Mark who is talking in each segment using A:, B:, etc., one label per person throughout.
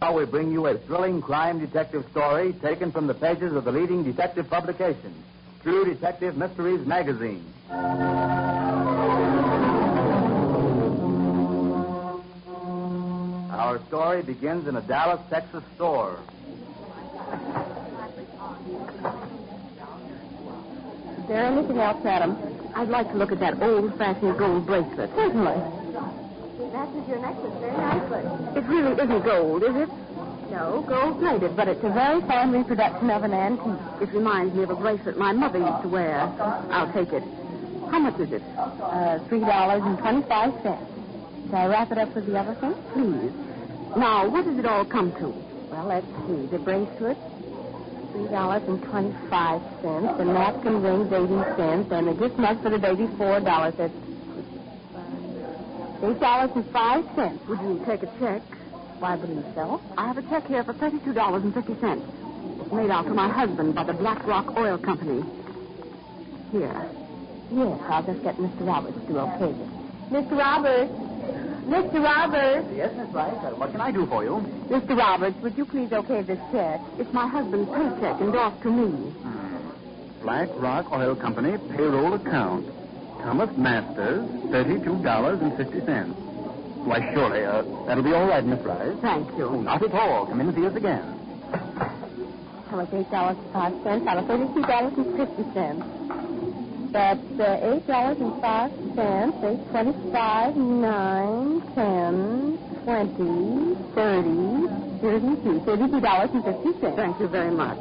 A: how we bring you a thrilling crime detective story taken from the pages of the leading detective publication, True Detective Mysteries Magazine. Our story begins in a Dallas, Texas store.
B: Is there anything else, madam?
C: I'd like to look at that old-fashioned gold bracelet.
B: Certainly.
D: Matches your necklace very nicely.
C: It really isn't gold, is it?
D: No,
B: Gold plated, but it's a very fine reproduction of an antique.
C: It reminds me of a bracelet my mother used to wear. I'll take it. How much is it?
B: Uh, $3.25. Shall I wrap it up with the other thing?
C: Please. Now, what does it all come to?
B: Well, let's see. The bracelet, $3.25. The napkin rings, 80 cents. And the gift mug for the baby, $4. That's $8.05.
C: Would you take a check?
B: Why, I believe so.
C: I have a check here for $32.50. It's made out to my husband by the Black Rock Oil Company. Here.
B: Yes, I'll just get Mr. Roberts to okay it.
D: Mr. Roberts. Mr. Roberts.
A: Yes, Miss Rice. uh, What can I do for you?
B: Mr. Roberts, would you please okay this check?
C: It's my husband's paycheck endorsed to me.
A: Hmm. Black Rock Oil Company payroll account. Thomas Masters, $32.50. Why, surely, uh, that'll be all right, Miss Rice.
C: Thank
A: Oh,
C: you.
A: not at all. Come in and see us again.
B: How much? Eight dollars and five cents out of thirty-two dollars and fifty cents. That's uh, eight dollars and five cents. Eight twenty-five, nine, ten, twenty, thirty, thirty-two, thirty-two dollars and fifty cents.
C: Thank you very much.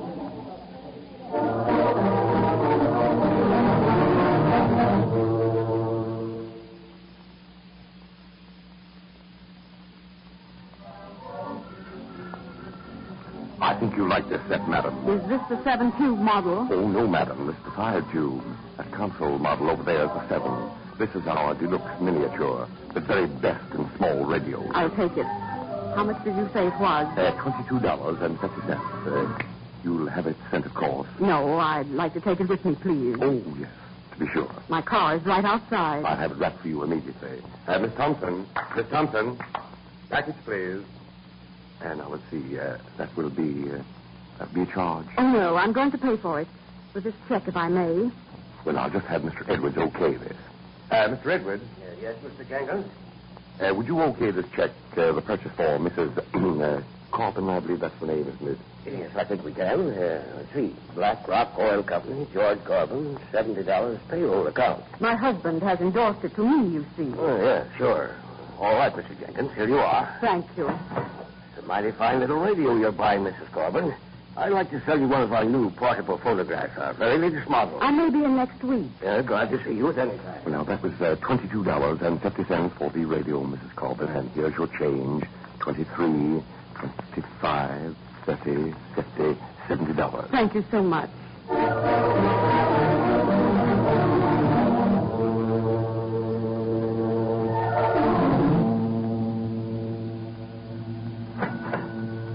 E: I think you like this set, madam.
C: Is this the seven tube model?
E: Oh, no, madam. This is the five tube. That console model over there is the seven. This is our deluxe miniature, the very best in small radio.
C: I'll take it. How much did you say it was?
E: Uh, $22.50. Uh, you'll have it sent, of course.
C: No, I'd like to take it with me, please.
E: Oh, yes, to be sure.
C: My car is right outside.
E: I'll have it wrapped for you immediately. Uh, Miss Thompson, Miss Thompson, package, please. And now, let's see. Uh, that will be, uh, that'll be a charge.
C: Oh, no, I'm going to pay for it. With this check, if I may.
E: Well, I'll just have Mr. Edwards okay this. Uh, Mr. Edwards? yes, Mr. Gangle? Uh, would you okay this check, uh, the purchase for Mrs. uh, Carpen, I believe that's the name, isn't it?
F: Yes, I think we can. Uh, let's see. Black Rock Oil Company, George Corbin, $70 payroll account.
C: My husband has endorsed it to me, you see.
F: Oh, yeah, sure. All right, Mr. Jenkins, here you are.
C: Thank you.
F: It's a mighty fine little radio you're buying, Mrs. Corbin. I'd like to sell you one of our new portable phonographs, our very latest model.
C: I may be in next week.
F: Yeah, glad to see you at any time.
E: Well, now, that was uh, $22.50 for the radio, Mrs. Corbett, and here's your change. Twenty-three, twenty-five, thirty, fifty, seventy dollars
C: Thank you so much.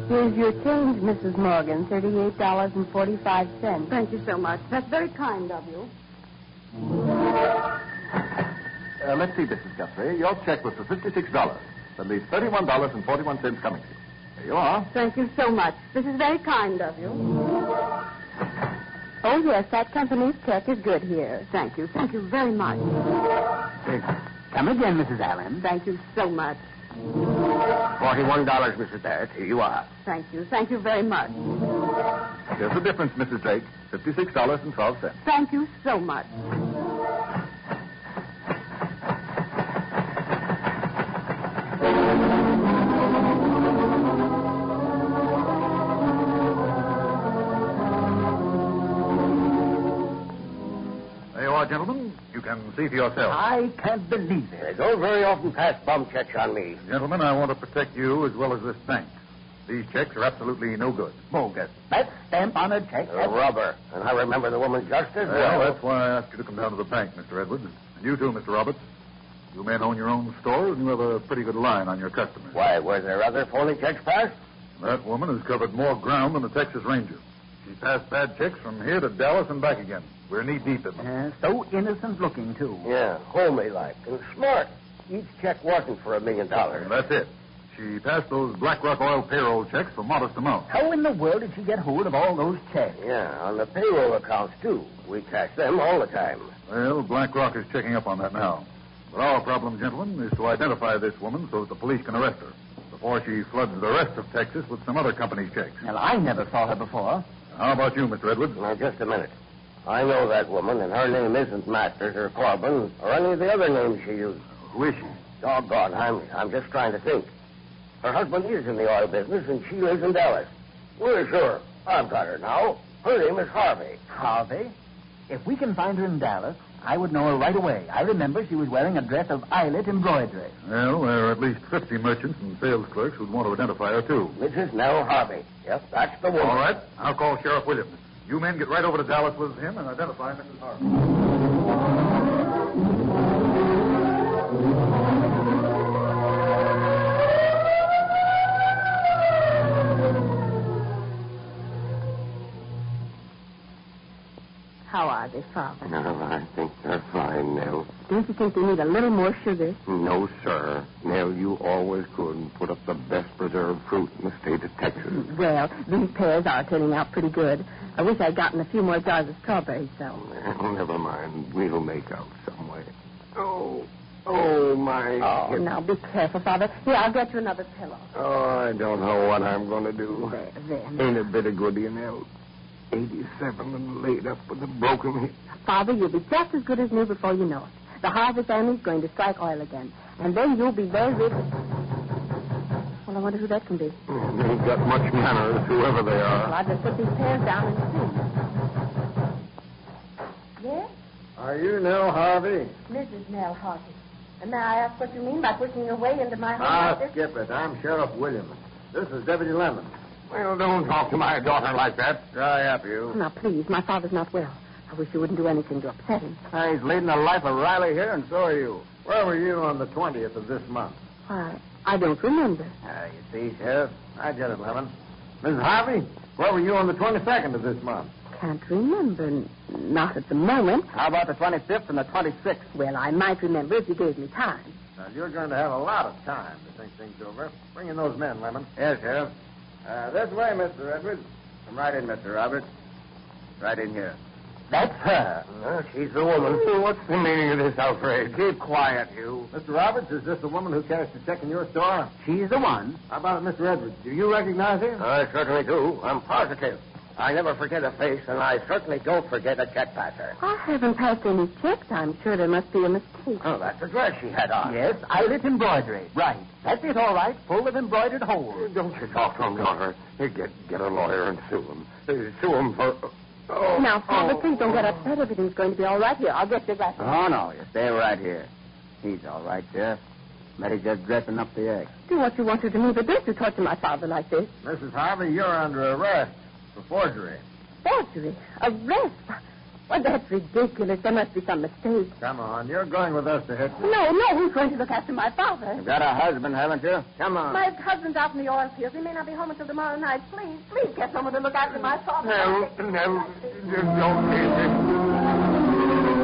B: Here's your change, Mrs. Morgan. Thirty-eight dollars and forty-five cents.
C: Thank you so much. That's very kind of you.
E: Uh, let's see, Mrs. Guthrie. Your check was for $56. That leaves $31.41 coming to you. There you are.
C: Thank you so much. This is very kind of you.
B: Oh yes, that company's check is good here.
C: Thank you. Thank you very much.
A: Come again, Mrs. Allen.
C: Thank you so much.
F: $41, Mrs. Barrett. Here you are.
C: Thank you. Thank you very much.
E: Here's the difference, Mrs. Drake. $56.12.
C: Thank you so much.
E: There you are, gentlemen. You can see for yourself.
A: I can't believe it.
F: They don't very often pass bum checks on me.
E: Gentlemen, I want to protect you as well as this bank. These checks are absolutely no good.
A: Bogus. That stamp on a check.
F: A rubber. And I remember the woman just as
E: Well, that's why I asked you to come down to the bank, Mr. Edwards. And you too, Mr. Roberts. You men own your own store, and you have a pretty good line on your customers.
F: Why, were there other phony checks passed?
E: That woman has covered more ground than the Texas Ranger. She passed bad checks from here to Dallas and back again. We're knee deep in them.
A: Uh, so innocent looking, too.
F: Yeah, homely like and smart. Each check wasn't for a million dollars.
E: And that's it. She passed those BlackRock oil payroll checks for modest amounts.
G: How in the world did she get hold of all those checks?
F: Yeah, on the payroll accounts, too. We cash them all the time.
E: Well, BlackRock is checking up on that now. But our problem, gentlemen, is to identify this woman so that the police can arrest her before she floods the rest of Texas with some other company's checks.
G: Well, I never saw her before.
E: How about you, Mr. Edwards?
F: Now, just a minute. I know that woman, and her name isn't Masters or Corbin or any of the other names she used.
E: Who is she?
F: Doggone, I'm, I'm just trying to think. Her husband is in the oil business, and she lives in Dallas. We're sure. I've got her now. Her name is Harvey.
G: Harvey? If we can find her in Dallas, I would know her right away. I remember she was wearing a dress of eyelet embroidery.
E: Well, there are at least 50 merchants and sales clerks who'd want to identify her, too.
F: Mrs. Nell Harvey. Yep, that's the woman.
E: All right, I'll call Sheriff Williams. You men get right over to Dallas with him and identify Mrs. Harvey.
C: How are they, Father?
F: No, I think they're fine, Nell.
C: Don't you think they need a little more sugar?
F: No, sir. Nell, you always could and put up the best preserved fruit in the state of Texas.
C: Well, these pears are turning out pretty good. I wish I'd gotten a few more jars of strawberries, though.
F: Well, never mind. We'll make out some way. Oh, oh, my.
C: Oh, now be careful, Father. Here, I'll get you another pillow.
F: Oh, I don't know what I'm going to do.
C: There, there. now.
F: Ain't a bit of good in Nell. 87 and laid up with a broken hip.
C: Father, you'll be just as good as new before you know it. The Harvey family's going to strike oil again, and then you'll be very rich. Well, I wonder who that can be.
F: They ain't got much manners, whoever they
C: Well,
F: are.
C: I'll just put these pears down and
H: Yes,
A: Are you Nell Harvey?
H: Mrs. Nell Harvey. And may I ask what you mean by pushing your way into my home
A: Ah,
H: like this?
A: skip it. I'm Sheriff Williams. This is Deputy Lemon.
F: Well, don't talk to my daughter like that.
A: Dry up,
C: see.
A: you.
C: Now, please, my father's not well. I wish you wouldn't do anything to upset him.
A: He's leading the life of Riley here, and so are you. Where were you on the 20th of this month?
C: Why, I don't remember.
A: Ah, you see, Sheriff. I get it, Lemon. Mrs. Harvey, where were you on the 22nd of this month?
C: Can't remember. N- Not at the moment.
A: How about the 25th and the 26th?
C: Well, I might remember if you gave me time.
A: Now, you're going to have a lot of time to think things over. Bring in those men, Lemon. Yes, Sheriff. Uh, this way, Mr. Edwards. Come right in, Mr. Roberts. Right in here.
F: That's her. Oh, she's the woman. what's the meaning of this outrage? Keep quiet, you.
A: Mr. Roberts, is this the woman who cashed the check in your store?
G: She's the one.
A: How about it, Mr. Edwards? Do you recognize him?
F: I certainly do. I'm positive. I never forget a face, and I certainly don't forget a check passer.
C: I haven't passed any checks. I'm sure there must be a mistake.
F: Oh, that's the dress she had on.
G: Yes, eyelet embroidery. Right. That's it, all right. Full of embroidered holes.
F: Don't you talk to him, daughter. Hey, Get, get a lawyer and sue him. Uh, Sue him for. Oh,
C: Now, Father,
F: oh.
C: please don't get upset. Everything's going to be all right here. I'll get you back.
A: Oh, no. You stay right here. He's all right, Sheriff. Betty just dressing up the egg.
C: Do what you want to do to me, but don't you torture my father like this.
A: Mrs. Harvey, you're under arrest for forgery.
C: Forgery. Arrest. Well, that's ridiculous. There must be some mistake.
A: Come on. You're going with us to hit.
C: No, no, who's going to look after my father?
A: You've got a husband, haven't you? Come on.
H: My husband's out in the oil fields. He may not be home until tomorrow night. Please, please get someone to look after my father.
F: No, no, you don't mean it.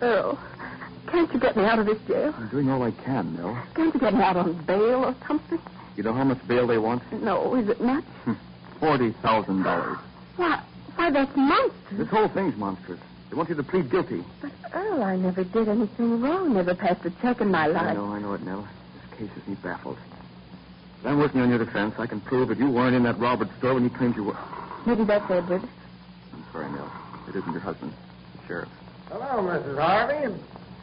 C: Oh, can't you get me out of this jail?
A: I'm doing all I can, Nell.
C: Can't you get me out on bail or something?
A: You know how much bail they want?
C: No, is it much?
A: Forty thousand dollars.
C: Why, why, that's monstrous.
A: This whole thing's monstrous. They want you to plead guilty.
C: But, Earl, I never did anything wrong. Never passed a check in my
A: I
C: life.
A: know, I know it, Nell. This case has me baffled. If I'm working on your defense. I can prove that you weren't in that Robert store when you claimed you were.
C: Maybe that's Edward.
A: I'm sorry, Nell. It isn't your husband. It's the sheriff.
F: Hello, Mrs. Harvey.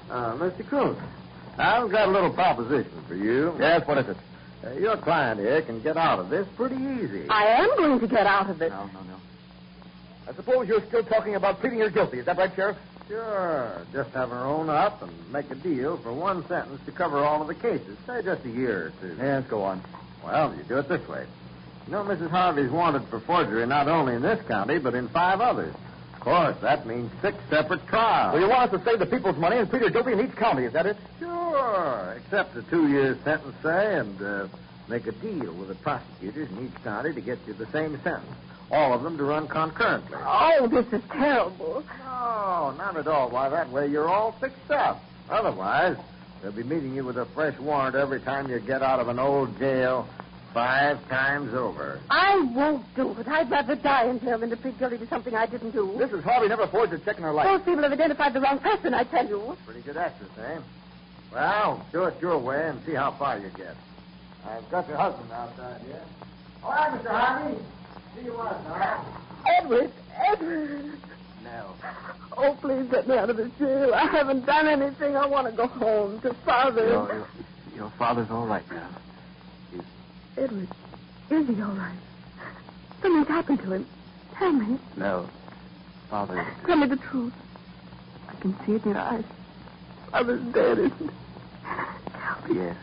A: Uh, Mr. Coon, I've got a little proposition for you. Yes, what is it? Uh, your client here can get out of this pretty easy.
C: I am going to get out of it.
E: Oh,
A: No, no, no.
F: I suppose you're still talking about pleading her guilty. Is that right, Sheriff?
A: Sure. Just have her own up and make a deal for one sentence to cover all of the cases. Say just a year or two. Yes, go on. Well, you do it this way. You know, Mrs. Harvey's wanted for forgery not only in this county, but in five others. Of course, that means six separate trials.
F: Well, you want us to save the people's money and plead her guilty in each county, is that it?
A: Sure. Except a two year sentence, say, and uh,
E: Make a deal with the prosecutors in each county to get you the same sentence. All of them to run concurrently.
C: Oh, this is terrible.
E: No, not at all. Why, that way you're all fixed up. Otherwise, they'll be meeting you with a fresh warrant every time you get out of an old jail five times over.
I: I won't do it. I'd rather die in jail than to plead guilty to something I didn't do.
E: Mrs. Harvey never forged a check in her life.
I: Those people have identified the wrong person, I tell you.
E: Pretty good actress, eh? Well, do it your way and see how far you get. I've got your husband outside here. All right, Mr. Harvey. See you once, all right?
C: Edward, Edward.
E: No.
C: Oh, please let me out of this jail. I haven't done anything. I want to go home to father.
A: Your, your father's all right now.
C: Edward, is he all right? Something's happened to him. Tell me.
A: No. Father.
C: Tell me the truth. I can see it in your eyes. Father's dead, isn't he? Tell me.
A: Yes.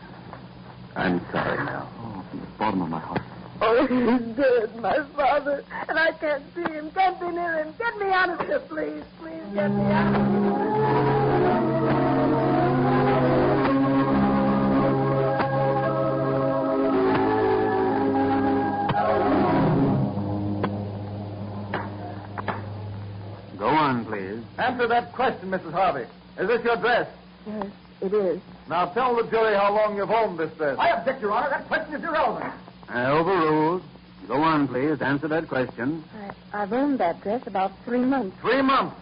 A: I'm sorry now. Oh, from the bottom of my heart.
C: Oh, he's dead, my father. And I can't see him, can't be near him. Get me out of here, please. Please get me out of here.
A: Go on, please.
E: Answer that question, Mrs. Harvey. Is this your dress?
C: Yes, it is.
E: Now tell the jury how long you've owned this dress.
A: I object, Your Honor. That question is irrelevant. I Uh, overruled. Go on, please. Answer that question.
C: I, I've owned that dress about three months.
E: Three months.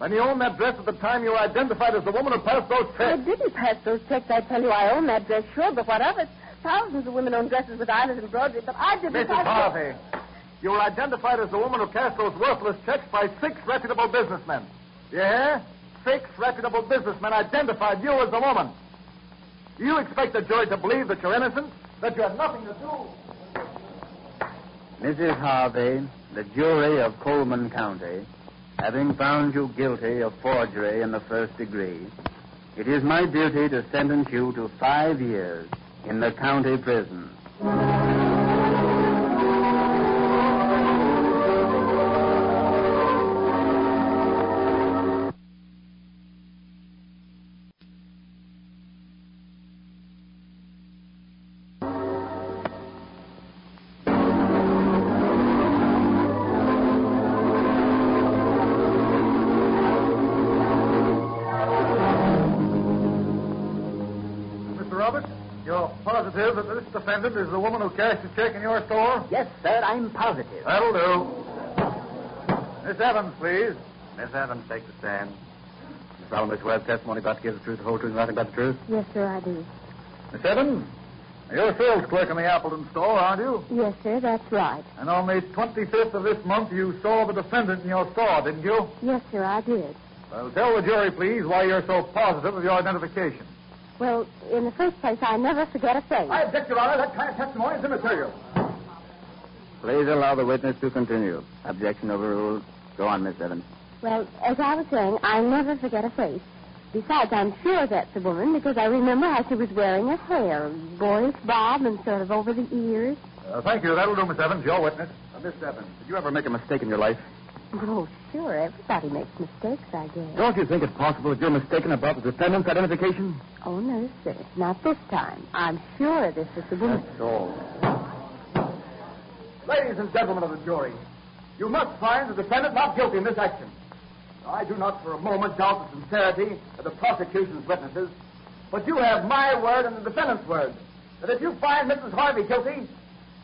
E: And you owned that dress at the time you were identified as the woman who passed those
C: I
E: checks.
C: didn't pass those checks. I tell you, I own that dress, sure, but what of it? Thousands of women own dresses with eyelets and broderie, but I didn't.
E: Mrs.
C: I-
E: Harvey, you were identified as the woman who cast those worthless checks by six reputable businessmen. Yeah? Six reputable businessmen identified you as the woman. Do you expect the jury to believe that you're innocent? That you had nothing to do?
A: Mrs. Harvey, the jury of Coleman County, having found you guilty of forgery in the first degree, it is my duty to sentence you to five years in the county prison.
J: Mr. Roberts, you're positive that this defendant is the woman who cashed the check in your store?
A: Yes, sir, I'm positive.
J: That'll do. Miss Evans, please.
A: Miss Evans, take the stand. You solemnly swear the testimony about to give the truth, the whole truth, and nothing but the truth?
K: Yes, sir, I do.
J: Miss Evans, you're a sales clerk in the Appleton store, aren't you?
K: Yes, sir, that's right.
J: And on the 25th of this month, you saw the defendant in your store, didn't you?
K: Yes, sir, I did.
J: Well, tell the jury, please, why you're so positive of your identification.
K: Well, in the first place, I never forget a thing.
J: object, Your Honor. That kind of testimony is immaterial.
A: Please allow the witness to continue. Objection overruled. Go on, Miss Evans.
K: Well, as I was saying, I never forget a face. Besides, I'm sure that's the woman because I remember how she was wearing her hair, boyish bob and sort of over the ears.
J: Uh, thank you. That'll do, Miss Evans. Your witness.
A: Miss Evans, did you ever make a mistake in your life?
K: Oh, sure, everybody makes mistakes, I guess.
A: Don't you think it's possible that you're mistaken about the defendant's identification?
K: Oh, no, sir, not this time. I'm sure this is the woman.
E: Ladies and gentlemen of the jury, you must find the defendant not guilty in this action. I do not for a moment doubt the sincerity of the prosecution's witnesses, but you have my word and the defendant's word that if you find Mrs. Harvey guilty,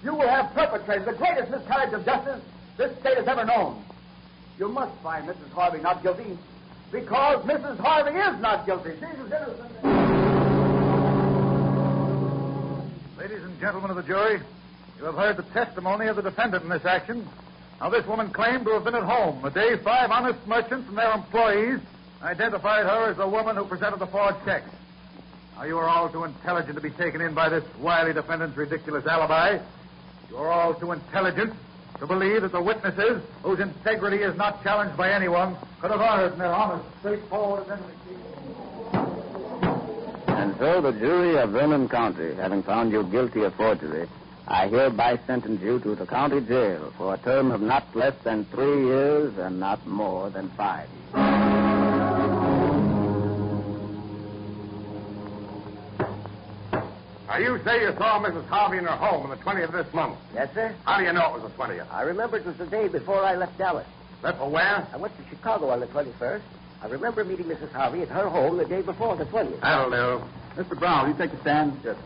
E: you will have perpetrated the greatest miscarriage of justice this state has ever known. You must find Mrs. Harvey not guilty because Mrs. Harvey is not guilty. She's as innocent.
J: Ladies and gentlemen of the jury, you have heard the testimony of the defendant in this action. Now, this woman claimed to have been at home the day five honest merchants and their employees identified her as the woman who presented the forged checks. Now, you are all too intelligent to be taken in by this wily defendant's ridiculous alibi. You are all too intelligent to believe that the witnesses, whose integrity is not challenged by anyone, could have honored in their honest, straightforward identity.
A: And so the jury of Vernon County, having found you guilty of forgery, I hereby sentence you to the county jail for a term of not less than three years and not more than five.
E: Now, you say you saw Mrs. Harvey in her home on the 20th of this month.
F: Yes, sir.
E: How do you know it was the 20th?
F: I remember it was the day before I left Dallas.
E: Left for where?
F: I went to Chicago on the 21st. I remember meeting Mrs. Harvey at her home the day before the 20th.
E: That'll do.
A: Mr. Brown, will you take a stand? Yes.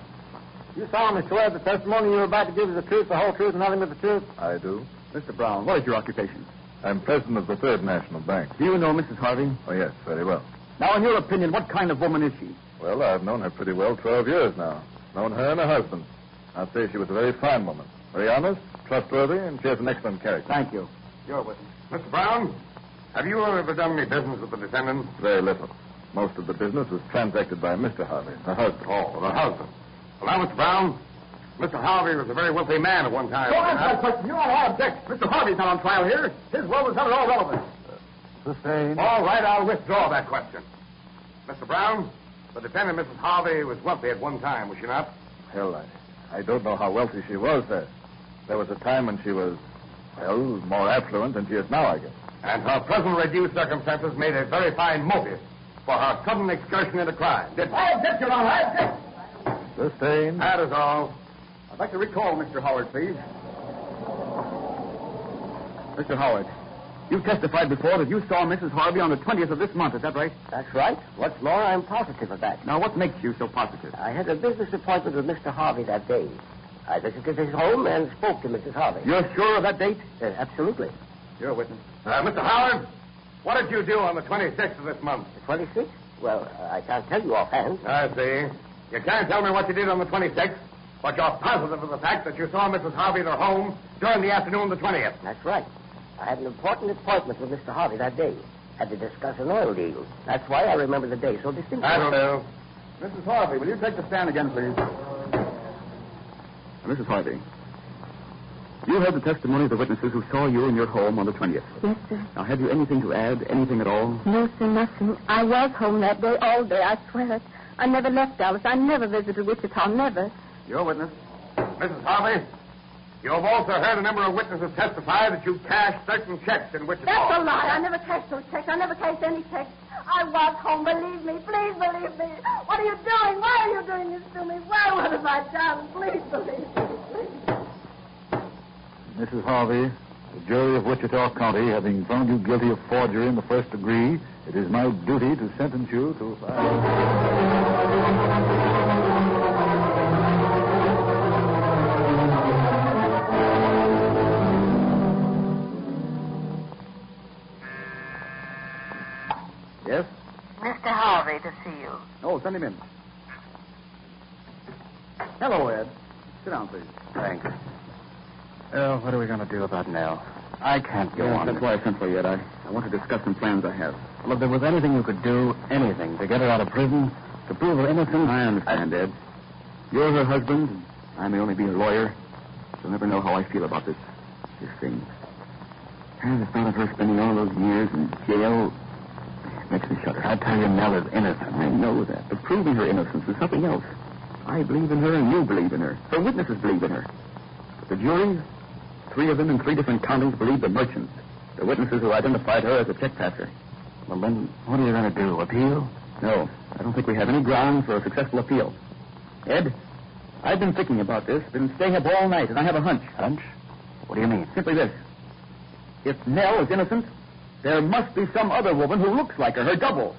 F: You solemnly swear the testimony you were about to give is the truth, the whole truth, and nothing but the truth?
L: I do.
A: Mr. Brown, what is your occupation?
L: I'm president of the Third National Bank.
A: Do you know Mrs. Harvey?
L: Oh, yes, very well.
A: Now, in your opinion, what kind of woman is she?
L: Well, I've known her pretty well 12 years now. Known her and her husband. I'd say she was a very fine woman. Very honest, trustworthy, and she has an excellent character.
A: Thank you.
E: You're with me. Mr. Brown, have you ever done any business with the defendant?
L: Very little. Most of the business was transacted by Mr. Harvey, her husband.
E: Oh, the husband. Well, now, Mr. Brown, Mr. Harvey was a very wealthy man at one time.
M: Don't answer that question. You don't want to object.
E: Mr. Harvey's not on trial here.
M: His will was not at all relevant.
F: Sustained.
E: All right, I'll withdraw that question. Mr. Brown, the defendant, Mrs. Harvey, was wealthy at one time, was she not?
L: Hell, I, I don't know how wealthy she was, sir. There was a time when she was, well, more affluent than she is now, I guess.
E: And her present reduced circumstances made a very fine motive for her sudden excursion into crime, didn't it?
M: I object, Your Honor. I object.
L: Sustained.
E: That is all.
A: I'd like to recall Mr. Howard, please. Mr. Howard, you testified before that you saw Mrs. Harvey on the 20th of this month, is that right?
F: That's right. What's more, I'm positive of that.
A: Now, what makes you so positive?
F: I had a business appointment with Mr. Harvey that day. I visited his home and spoke to Mrs. Harvey.
A: You're sure of that date?
F: Uh, absolutely.
A: You're a witness.
E: Uh, Mr. Howard, what did you do on the 26th of this month?
F: The 26th? Well, uh, I can't tell you offhand.
E: I see. You can't tell me what you did on the 26th, but you're positive of the fact that you saw Mrs. Harvey at her home during the afternoon of the 20th.
F: That's right. I had an important appointment with Mr. Harvey that day. Had to discuss an oil deal. That's why I remember the day so distinctly.
E: That'll do.
A: Mrs. Harvey, will you take the stand again, please? Mrs. Harvey, you heard the testimony of the witnesses who saw you in your home on the 20th.
C: Yes, sir.
A: Now, have you anything to add? Anything at all?
C: No, sir, nothing. I was home that day, all day, I swear it. I never left Dallas. I never visited Wichita, never.
A: You're a witness.
E: Mrs. Harvey, you have also heard a number of witnesses testify that you cashed certain checks in Wichita.
D: That's a lie. I never cashed those checks. I never cashed any checks. I was home. Believe me. Please believe me. What are you doing? Why are you doing this to me? Why? What have I done? Please believe me. Please.
L: Mrs. Harvey, the jury of Wichita County, having found you guilty of forgery in the first degree, it is my duty to sentence you to.
A: Yes?
N: Mr. Harvey to see you.
A: Oh, send him in. Hello, Ed. Sit down, please.
F: Thanks.
A: Oh, what are we going to do about Nell? I can't go on. That's why I sent for you, Ed. I, I want to discuss some plans I have.
F: Well, if there was anything you could do, anything, to get her out of prison, to prove her innocent.
A: I understand, Ed. You're her husband. and I may only be her lawyer. She'll never know how I feel about this, this thing. And the thought of her spending all those years in jail makes me shudder.
F: I tell you, Nell is innocent.
A: I know that, but proving her innocence is something else. I believe in her, and you believe in her. Her witnesses believe in her. But the jury, three of them in three different counties, believe the merchants, the witnesses who identified her as a check passer. Well, then,
F: What are you going to do? Appeal?
A: no, I don't think we have any ground for a successful appeal. Ed, I've been thinking about this, been staying up all night, and I have a hunch.
F: Hunch? What do you mean?
A: Simply this. If Nell is innocent, there must be some other woman who looks like her, her double.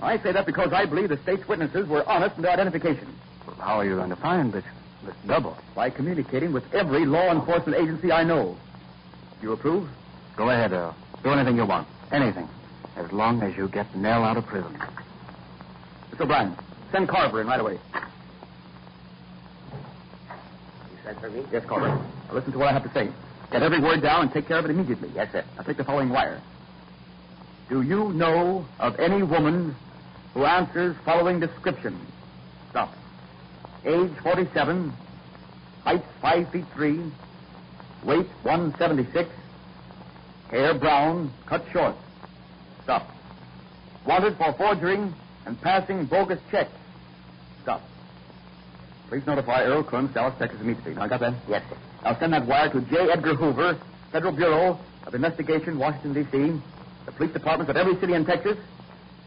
A: I say that because I believe the state's witnesses were honest in their identification.
F: How are you going to find this, this double?
A: By communicating with every law enforcement agency I know. You approve?
F: Go ahead, Earl. Do anything you want. Anything. As long as you get Nell out of prison.
A: Mr. O'Brien, send Carver in right away.
F: You said for me?
A: Yes, Carver. Now listen to what I have to say. Get every word down and take care of it immediately.
F: Yes, sir.
A: Now take the following wire. Do you know of any woman who answers following description? Stop. Age 47, height 5 feet 3, weight 176, hair brown, cut short. Stop. Wanted for forging and passing bogus checks. Stop. Please notify Earl Crumbs, Dallas, Texas immediately. Now, I got that?
F: Yes, sir.
A: I'll send that wire to J. Edgar Hoover, Federal Bureau of Investigation, Washington, D.C., the police departments of every city in Texas,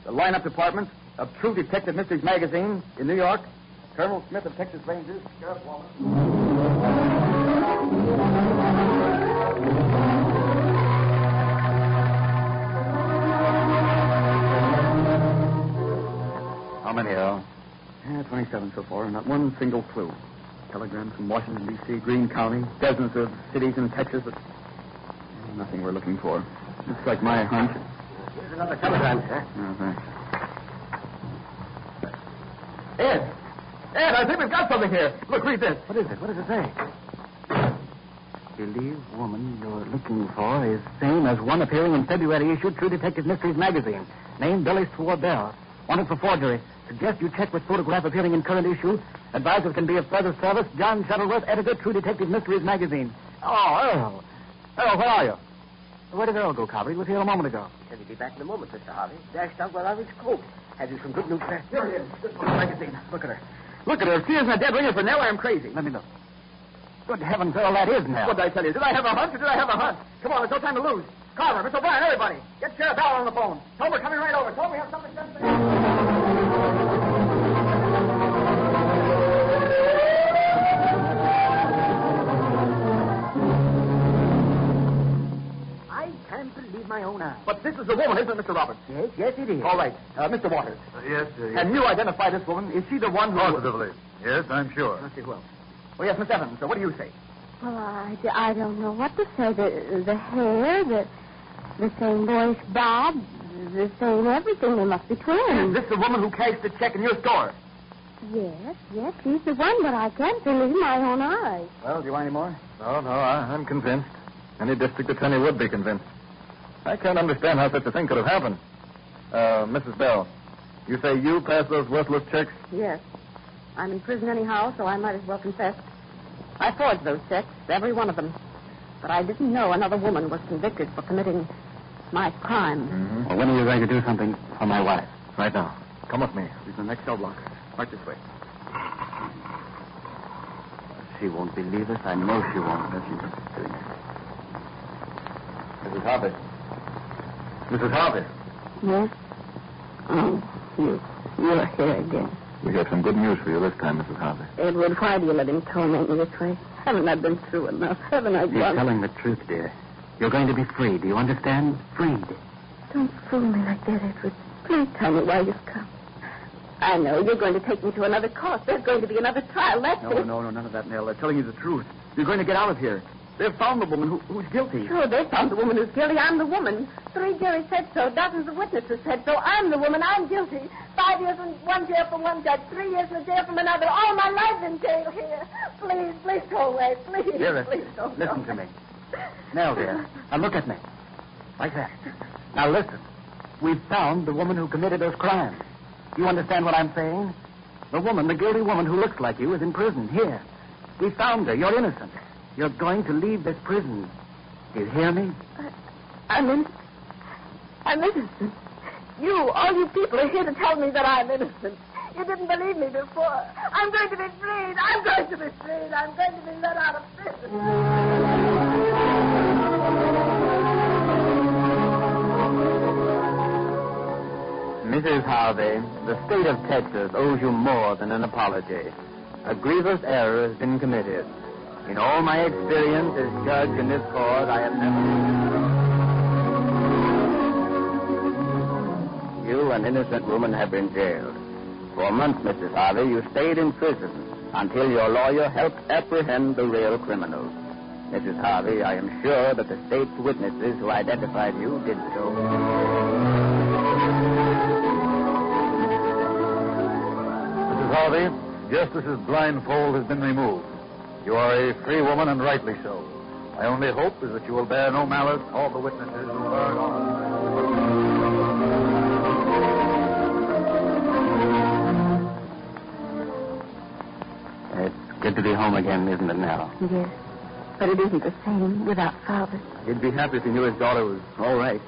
A: the lineup departments of True Detective Mysteries Magazine in New York,
F: Colonel Smith of Texas Rangers. Sheriff Walker.
A: How many are? Yeah, 27 so far, and not one single clue. Telegrams from Washington, D.C., Greene County, dozens of cities in Texas, but nothing we're looking for. Looks like my hunch.
F: Here's another telegram, sir.
A: No,
M: Mm-hmm.
A: thanks.
M: Ed! Ed, I think we've got something here. Look, read this.
F: What is it? What does it say?
A: Believe woman you're looking for is same as one appearing in February issue True Detective Mysteries magazine. Name Billy Swarbell. Wanted for forgery. Suggest you check with photograph appearing in current issue. Advisor can be of further service. John Shuttleworth, editor, True Detective Mysteries magazine. Oh, Earl. Earl, where are you? Where did Earl go, Cobb? He was here a moment ago.
O: Said he'd be back in a moment, Mr. Harvey. Dashed out while I was coat. Have you some good news, sir? Here it is. This is the magazine. Look at her.
A: Look at her. If she isn't a dead ringer for Nell, I'm crazy. Let me look. Good heavens, Earl, that is Nell.
M: What did I tell you? Did I have a hunch or did I have a hunt? Come on, there's no time to lose. Carver, Mr. O'Brien, everybody. Get Sheriff Allen on the phone. Tell him we're coming right over. Tell him we have something to say.
O: I can't believe my own eyes.
M: But this is the woman, isn't it, Mr. Roberts?
O: Yes, yes, it is.
M: All right. Uh, Mr. Waters,
L: yes,
E: uh,
L: sir.
M: can you identify this woman? Is she the one who...
L: Positively. Yes, I'm sure.
M: Let's see who else. Well, yes, Miss Evans, so what do you say?
B: Well, I, I don't know what to say. The, the hair, the, the same voice, Bob, the same everything. They must be
M: Is
F: Hmm.
B: twins.
M: this the woman who cashed the check in your store?
B: Yes, yes, he's the one, but I can't believe my own eyes.
F: Well, do you want any more?
L: No, no, I, I'm convinced. Any district attorney would be convinced. I can't understand how such a thing could have happened. Uh, Mrs. Bell, you say you passed those worthless checks?
C: Yes. I'm in prison anyhow, so I might as well confess. I forged those checks, every one of them. But I didn't know another woman was convicted for committing my crime.
L: Mm-hmm.
A: Well, when are you going to do something for my wife?
L: Right now. Come with me.
A: She's in the next cell block. Right this way. She won't believe us. I know she won't. But she must do it.
E: Mrs. Harvey. Mrs. Harvey.
C: Yes? Oh, you, you're here again.
L: We have some good news for you this time, Mrs. Harvey.
C: Edward, why do you let him torment me this way? Haven't I been through enough? Haven't I
A: You're
C: gone...
A: telling the truth, dear. You're going to be free. Do you understand? Freed.
C: Don't fool me like that, Edward. Please tell me why you've come. I know you're going to take me to another court. There's going to be another trial. That's
A: No,
C: it.
A: no, no, none of that, Nell. They're telling you the truth. You're going to get out of here. They've found the woman who, who's guilty.
C: Sure, they found the woman who's guilty. I'm the woman.
D: Three juries said so. Dozens of witnesses said so. I'm the woman. I'm guilty. Five years in one jail from one judge. Three years in a jail from another. All my life in jail here. Please, please go away. Please,
A: Vera,
D: please don't go
A: listen to me. Nell, dear, now look at me. Like that. Now listen. We've found the woman who committed those crimes. You understand what I'm saying? The woman, the guilty woman who looks like you, is in prison here. We found her. You're innocent. You're going to leave this prison. Do you hear me?
C: I'm in. I'm innocent. You, all you people, are here to tell me that I'm innocent.
D: You didn't believe me before. I'm going to be freed. I'm going to be freed. I'm going to be let out of prison.
A: Mrs. Harvey, the state of Texas owes you more than an apology. A grievous error has been committed. In all my experience as judge in this court, I have never. You, an innocent woman, have been jailed. For a month, Mrs. Harvey, you stayed in prison until your lawyer helped apprehend the real criminals. Mrs. Harvey, I am sure that the state's witnesses who identified you did so.
L: Mrs. Harvey, Justice's blindfold has been removed. You are a free woman, and rightly so. My only hope is that you will bear no malice all the witnesses who are on.
A: It's good to be home again, isn't it now?
C: Yes. But it isn't the same without father.
A: He'd be happy if he knew his daughter was all right.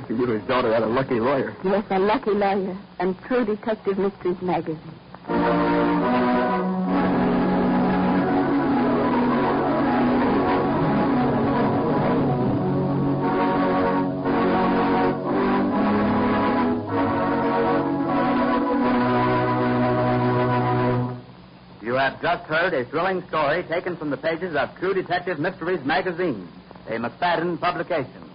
A: If he knew his daughter had a lucky lawyer.
C: Yes, a lucky lawyer and true detective mysteries magazine.
A: have just heard a thrilling story taken from the pages of True Detective Mysteries magazine, a McFadden publication.